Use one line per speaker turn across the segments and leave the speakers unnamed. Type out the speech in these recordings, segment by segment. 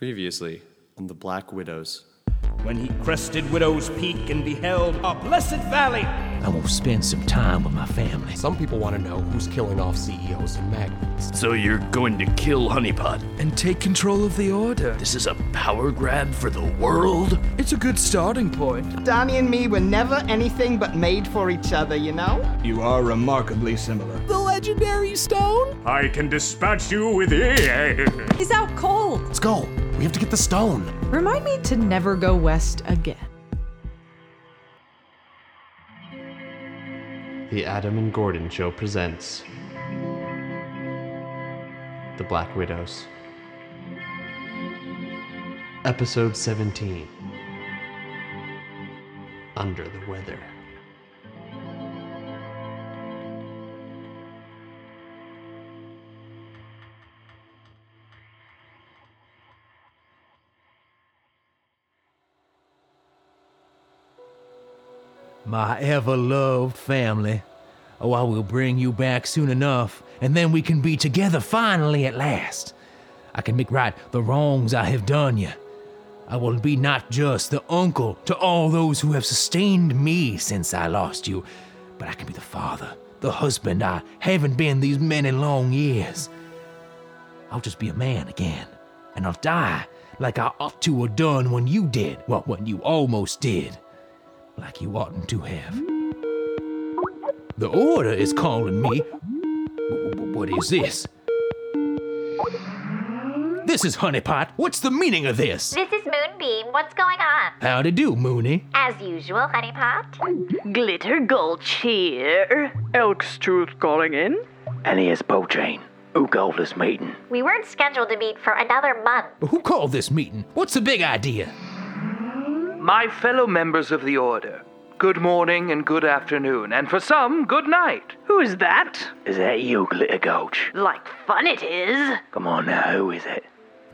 Previously on the Black Widows.
When he crested Widow's Peak and beheld our blessed valley,
I will spend some time with my family.
Some people want to know who's killing off
E
CEOs and magnates.
So you're going to kill Honeypot?
And take control of the order.
This is a power grab for the world?
It's a good starting point.
Donnie and me were never anything but made for each other, you know?
You are remarkably similar.
The legendary stone?
I can dispatch you with it.
He's out cold.
Let's go. We have to get the stone.
Remind me to never go west again.
The Adam and Gordon Show presents The Black Widows. Episode 17 Under the Weather.
my ever loved family. Oh, I will bring you back soon enough, and then we can be together finally at last. I can make right the wrongs I have done you. I will be not just the uncle to all those who have sustained me since I lost you, but I can be the father, the husband I haven't been these many long years. I'll just be a man again, and I'll die like I ought to have done when you did, well, when you almost did like you oughtn't to have. The order is calling me. What is this? This is Honeypot. What's the meaning of this?
This is Moonbeam. What's going on?
How to do, Moony?
As usual, Honeypot.
Glitter Gold here. Elk's Tooth calling in.
And here's Pochain. Who called this meeting?
We weren't scheduled to meet for another month.
Who called this meeting? What's the big idea?
My fellow members of the Order, good morning and good afternoon, and for some, good night.
Who is that?
Is that you, Glitter Gulch?
Like fun it is.
Come on now, who is it?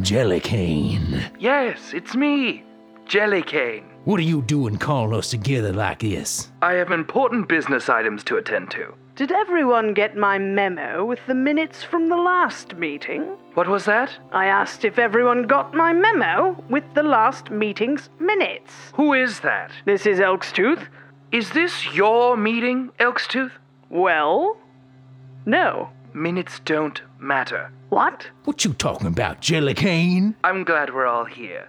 Jellycane.
Yes, it's me, Jellycane.
What are you doing calling us together like this?
I have important business items to attend to.
Did everyone get my memo with the minutes from the last meeting?
What was that?
I asked if everyone got my memo with the last meeting's minutes.
Who is that?
This is Elkstooth.
Is this your meeting, Elkstooth?
Well, no.
Minutes don't matter.
What?
What you talking about, Jellycane?
I'm glad we're all here.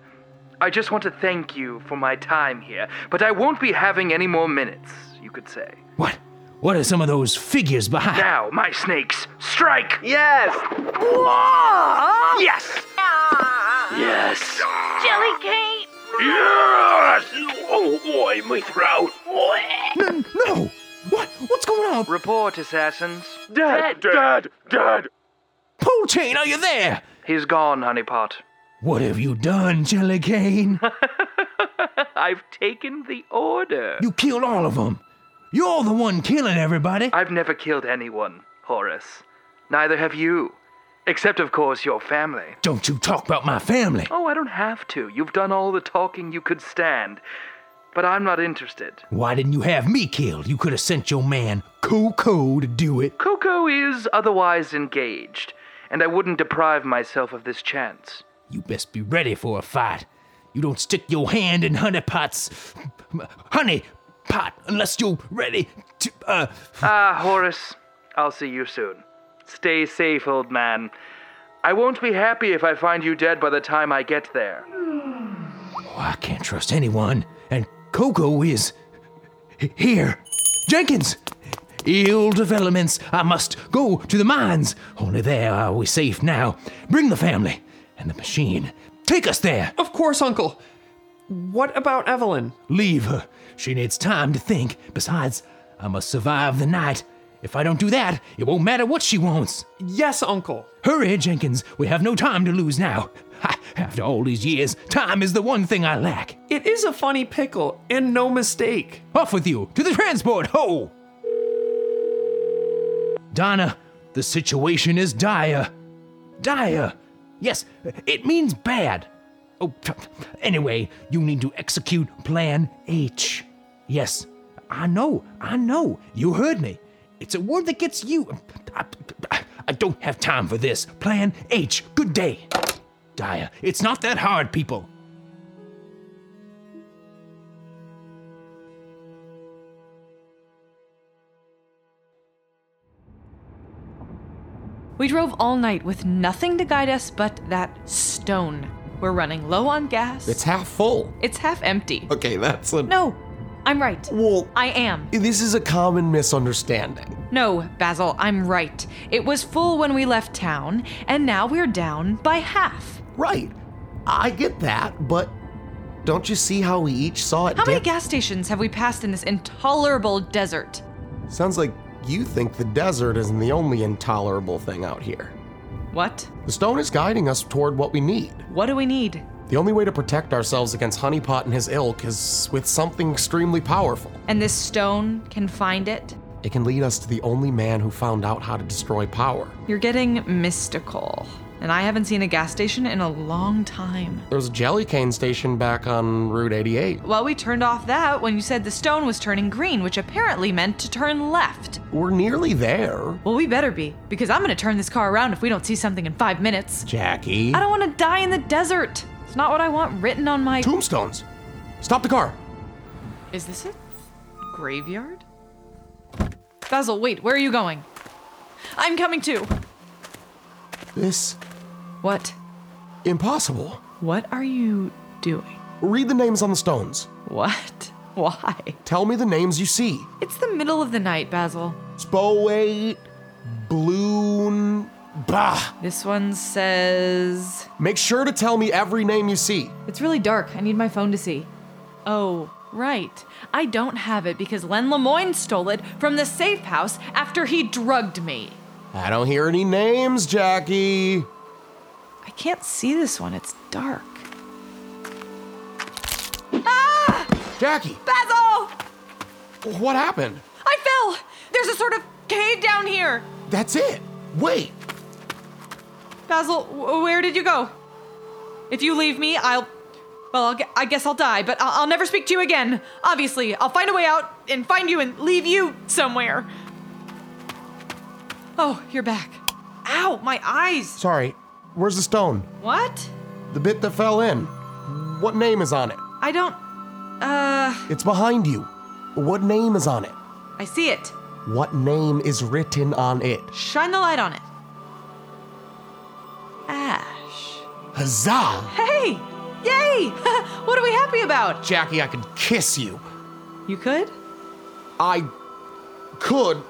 I just want to thank you for my time here, but I won't be having any more minutes, you could say.
What? What are some of those figures behind?
Now, my snakes, strike!
Yes! Whoa!
Yes!
Ah! Yes!
Jellycane!
Yes! Oh boy, my throat!
No! no. What? What's going on?
Report, assassins.
Dead! Dead! Dead! dead.
Pole chain, are you there?
He's gone, honeypot.
What have you done, Jellycane?
I've taken the order.
You killed all of them. You're the one killing everybody.
I've never killed anyone, Horace. Neither have you. Except, of course, your family.
Don't you talk about my family.
Oh, I don't have to. You've done all the talking you could stand. But I'm not interested.
Why didn't you have me killed? You could have sent your man, Coco, to do it.
Coco is otherwise engaged, and I wouldn't deprive myself of this chance.
You best be ready for a fight. You don't stick your hand in honeypots. Honey, pot unless you're ready to. Uh...
Ah, Horace, I'll see you soon. Stay safe, old man. I won't be happy if I find you dead by the time I get there.
Oh, I can't trust anyone, and Coco is. here. Jenkins! Ill developments. I must go to the mines. Only there are we safe now. Bring the family and the machine. Take us there.
Of course, Uncle. What about Evelyn?
Leave her. She needs time to think. Besides, I must survive the night. If I don't do that, it won't matter what she wants.
Yes, Uncle.
Hurry, Jenkins. We have no time to lose now. Ha, after all these years, time is the one thing I lack.
It is a funny pickle, and no mistake.
Off with you. To the transport. Ho! Donna, the situation is dire. Dire. Yes, it means bad. Oh, anyway, you need to execute Plan H. Yes, I know, I know. You heard me. It's a word that gets you. I, I, I don't have time for this. Plan H. Good day.
Dyer. It's not that hard, people.
We drove all night with nothing to guide us but that stone. We're running low on gas.
It's half full.
It's half empty.
Okay, that's a.
No, I'm right.
Well,
I am.
This is a common misunderstanding.
No, Basil, I'm right. It was full when we left town, and now we're down by half.
Right. I get that, but don't you see how we each saw it?
How many gas stations have we passed in this intolerable desert?
Sounds like you think the desert isn't the only intolerable thing out here.
What?
The stone is guiding us toward what we need.
What do we need?
The only way to protect ourselves against Honeypot and his ilk is with something extremely powerful.
And this stone can find it?
It can lead us to the only man who found out how to destroy power.
You're getting mystical. And I haven't seen a gas station in a long time.
There was a jelly cane station back on Route 88.
Well, we turned off that when you said the stone was turning green, which apparently meant to turn left.
We're nearly there.
Well, we better be, because I'm gonna turn this car around if we don't see something in five minutes.
Jackie.
I don't wanna die in the desert. It's not what I want written on my.
Tombstones! Stop the car!
Is this a graveyard? Basil, wait, where are you going? I'm coming too.
This
what?
Impossible.
What are you doing?
Read the names on the stones.
What? Why?
Tell me the names you see.
It's the middle of the night, Basil.
Spowate, Bloon, Bah.
This one says.
Make sure to tell me every name you see.
It's really dark. I need my phone to see. Oh, right. I don't have it because Len Lemoyne stole it from the safe house after he drugged me.
I don't hear any names, Jackie.
I can't see this one. It's dark. Ah!
Jackie!
Basil!
What happened?
I fell! There's a sort of cave down here!
That's it! Wait!
Basil, w- where did you go? If you leave me, I'll. Well, I'll g- i guess I'll die, but I'll-, I'll never speak to you again. Obviously, I'll find a way out and find you and leave you somewhere. Oh, you're back. Ow, my eyes!
Sorry, Where's the stone?
What?
The bit that fell in. What name is on it?
I don't. Uh.
It's behind you. What name is on it?
I see it.
What name is written on it?
Shine the light on it. Ash.
Huzzah!
Hey! Yay! what are we happy about?
Jackie, I could kiss you.
You could?
I could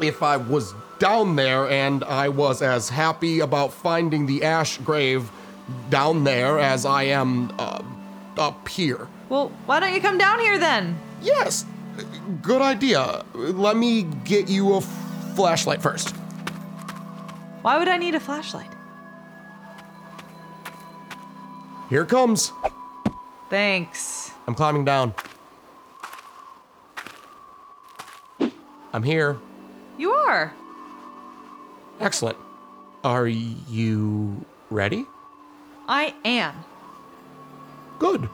if I was down there, and I was as happy about finding the ash grave down there as I am uh, up here.
Well, why don't you come down here then?
Yes, good idea. Let me get you a f- flashlight first.
Why would I need a flashlight?
Here comes.
Thanks.
I'm climbing down. I'm here.
You are.
Excellent. Are you ready?
I am.
Good.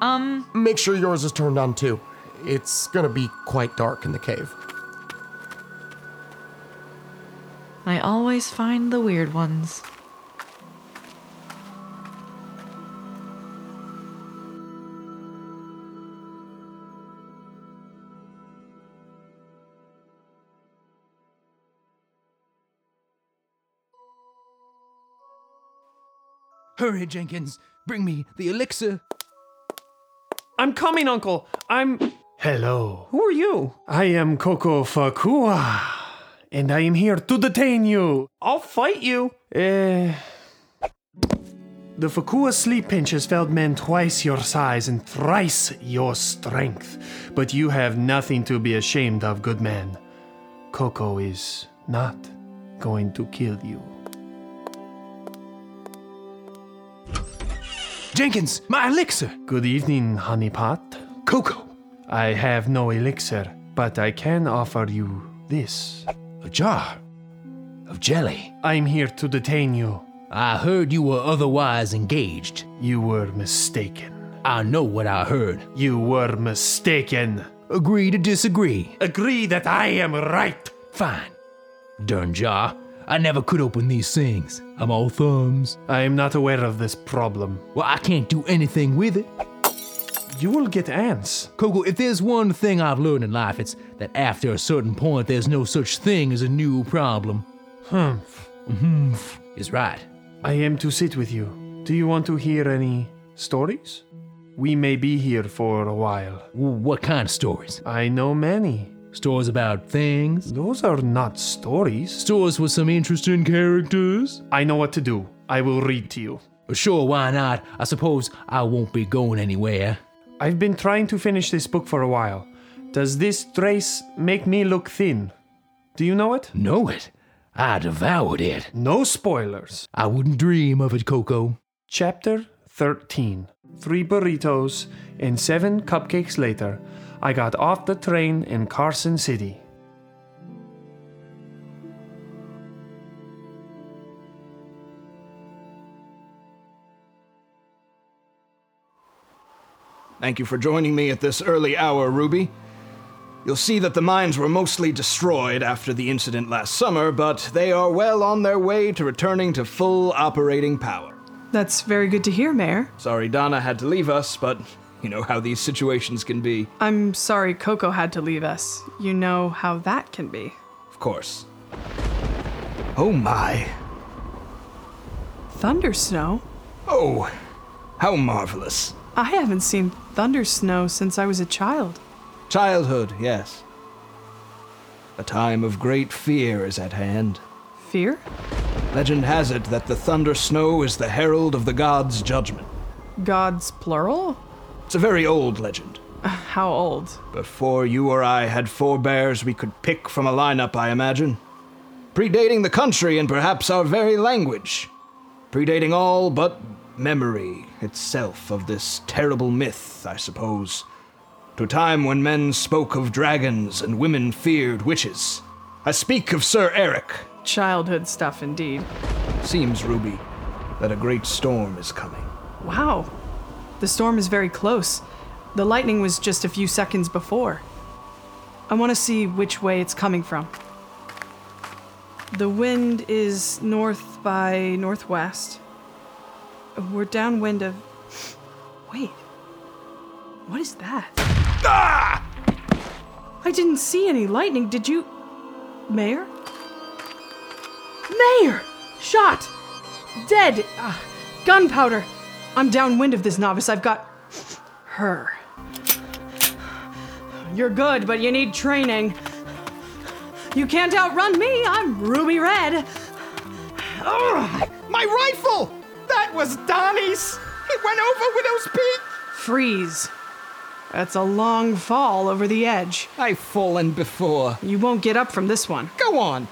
Um.
Make sure yours is turned on too. It's gonna be quite dark in the cave.
I always find the weird ones.
Hurry, Jenkins. Bring me the elixir.
I'm coming, Uncle. I'm.
Hello.
Who are you?
I am Coco Fakua, and I am here to detain you.
I'll fight you.
Eh. The Fakua sleep pinch has failed men twice your size and thrice your strength, but you have nothing to be ashamed of, good man. Coco is not going to kill you.
Jenkins, my elixir!
Good evening, honeypot.
Coco!
I have no elixir, but I can offer you this
a jar of jelly.
I'm here to detain you.
I heard you were otherwise engaged.
You were mistaken.
I know what I heard.
You were mistaken.
Agree to disagree.
Agree that I am right.
Fine. Darn jar. I never could open these things. I'm all thumbs.
I am not aware of this problem.
Well, I can't do anything with it.
You will get ants.
Kogo, if there's one thing I've learned in life, it's that after a certain point, there's no such thing as a new problem.
Humph.
Humph is right.
I am to sit with you. Do you want to hear any stories? We may be here for a while.
What kind of stories?
I know many.
Stories about things?
Those are not stories.
Stories with some interesting characters?
I know what to do. I will read to you.
Sure, why not? I suppose I won't be going anywhere.
I've been trying to finish this book for a while. Does this trace make me look thin? Do you know it?
Know it? I devoured it.
No spoilers.
I wouldn't dream of it, Coco.
Chapter 13. Three burritos and seven cupcakes later, I got off the train in Carson City.
Thank you for joining me at this early hour, Ruby. You'll see that the mines were mostly destroyed after the incident last summer, but they are well on their way to returning to full operating power.
That's very good to hear, Mayor.
Sorry Donna had to leave us, but you know how these situations can be.
I'm sorry Coco had to leave us. You know how that can be.
Of course. Oh my.
Thunder snow?
Oh, how marvelous.
I haven't seen thunder snow since I was a child.
Childhood, yes. A time of great fear is at hand.
Fear?
Legend has it that the thunder snow is the herald of the gods' judgment.
Gods, plural?
It's a very old legend.
How old?
Before you or I had forebears we could pick from a lineup, I imagine. Predating the country and perhaps our very language. Predating all but memory itself of this terrible myth, I suppose. To a time when men spoke of dragons and women feared witches. I speak of Sir Eric.
Childhood stuff indeed.
Seems, Ruby, that a great storm is coming.
Wow. The storm is very close. The lightning was just a few seconds before. I want to see which way it's coming from. The wind is north by northwest. We're downwind of. Wait. What is that?
Ah!
I didn't see any lightning. Did you. Mayor? Mayor! Shot! Dead! Uh, gunpowder! I'm downwind of this novice. I've got. her. You're good, but you need training. You can't outrun me. I'm Ruby Red.
Ugh, my rifle! That was Donnie's! It went over Widow's Peak!
Freeze. That's a long fall over the edge.
I've fallen before.
You won't get up from this one.
Go on.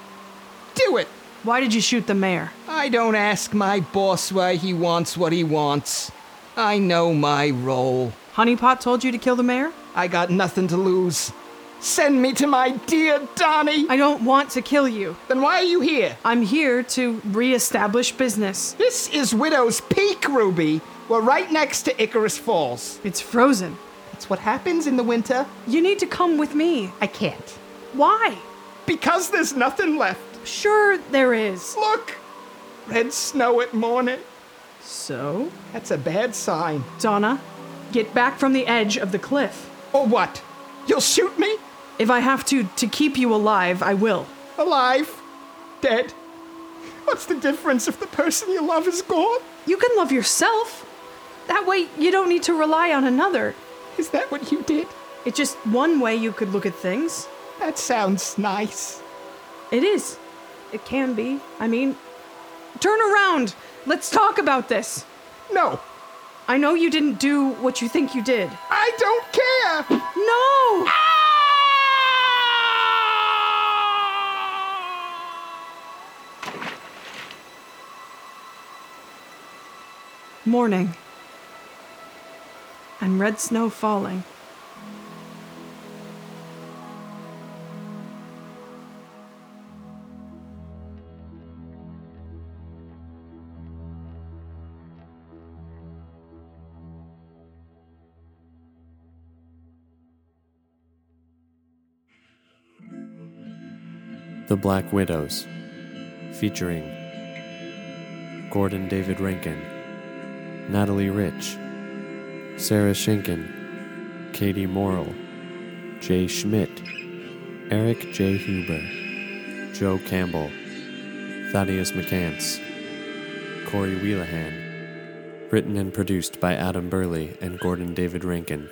Do it!
Why did you shoot the mayor?
I don't ask my boss why he wants what he wants. I know my role.
Honeypot told you to kill the mayor?
I got nothing to lose. Send me to my dear Donnie!
I don't want to kill you.
Then why are you here?
I'm here to reestablish business.
This is Widow's Peak, Ruby. We're right next to Icarus Falls.
It's frozen.
That's what happens in the winter.
You need to come with me.
I can't.
Why?
Because there's nothing left.
Sure, there is.
Look! Red snow at morning.
So?
That's a bad sign.
Donna, get back from the edge of the cliff.
Or what? You'll shoot me?
If I have to, to keep you alive, I will.
Alive? Dead? What's the difference if the person you love is gone?
You can love yourself. That way, you don't need to rely on another.
Is that what you did?
It's just one way you could look at things.
That sounds nice.
It is. It can be. I mean, turn around. Let's talk about this.
No.
I know you didn't do what you think you did.
I don't care.
No! Ah! Morning. And red snow falling.
The Black Widows. featuring Gordon David Rankin, Natalie Rich, Sarah Schenken, Katie Morrill, Jay Schmidt, Eric J. Huber, Joe Campbell, Thaddeus McCants, Corey Wheelahan. Written and produced by Adam Burley and Gordon David Rankin.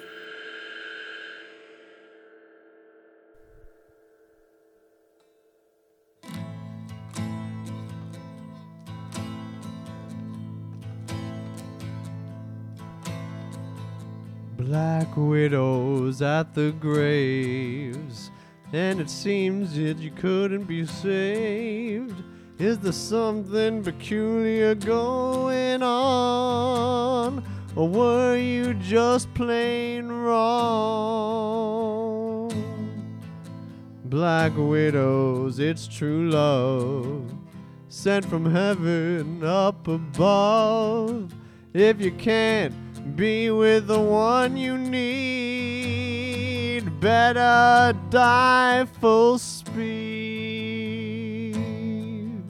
Black widows at the graves, and it seems that you couldn't be saved. Is there something peculiar going on, or were you just plain wrong? Black widows, it's true love, sent from heaven up above. If you can't be with the one you need. Better die full speed.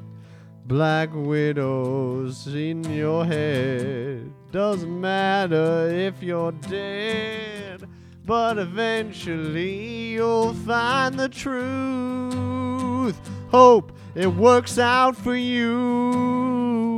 Black widows in your head. Doesn't matter if you're dead, but eventually you'll find the truth. Hope it works out for you.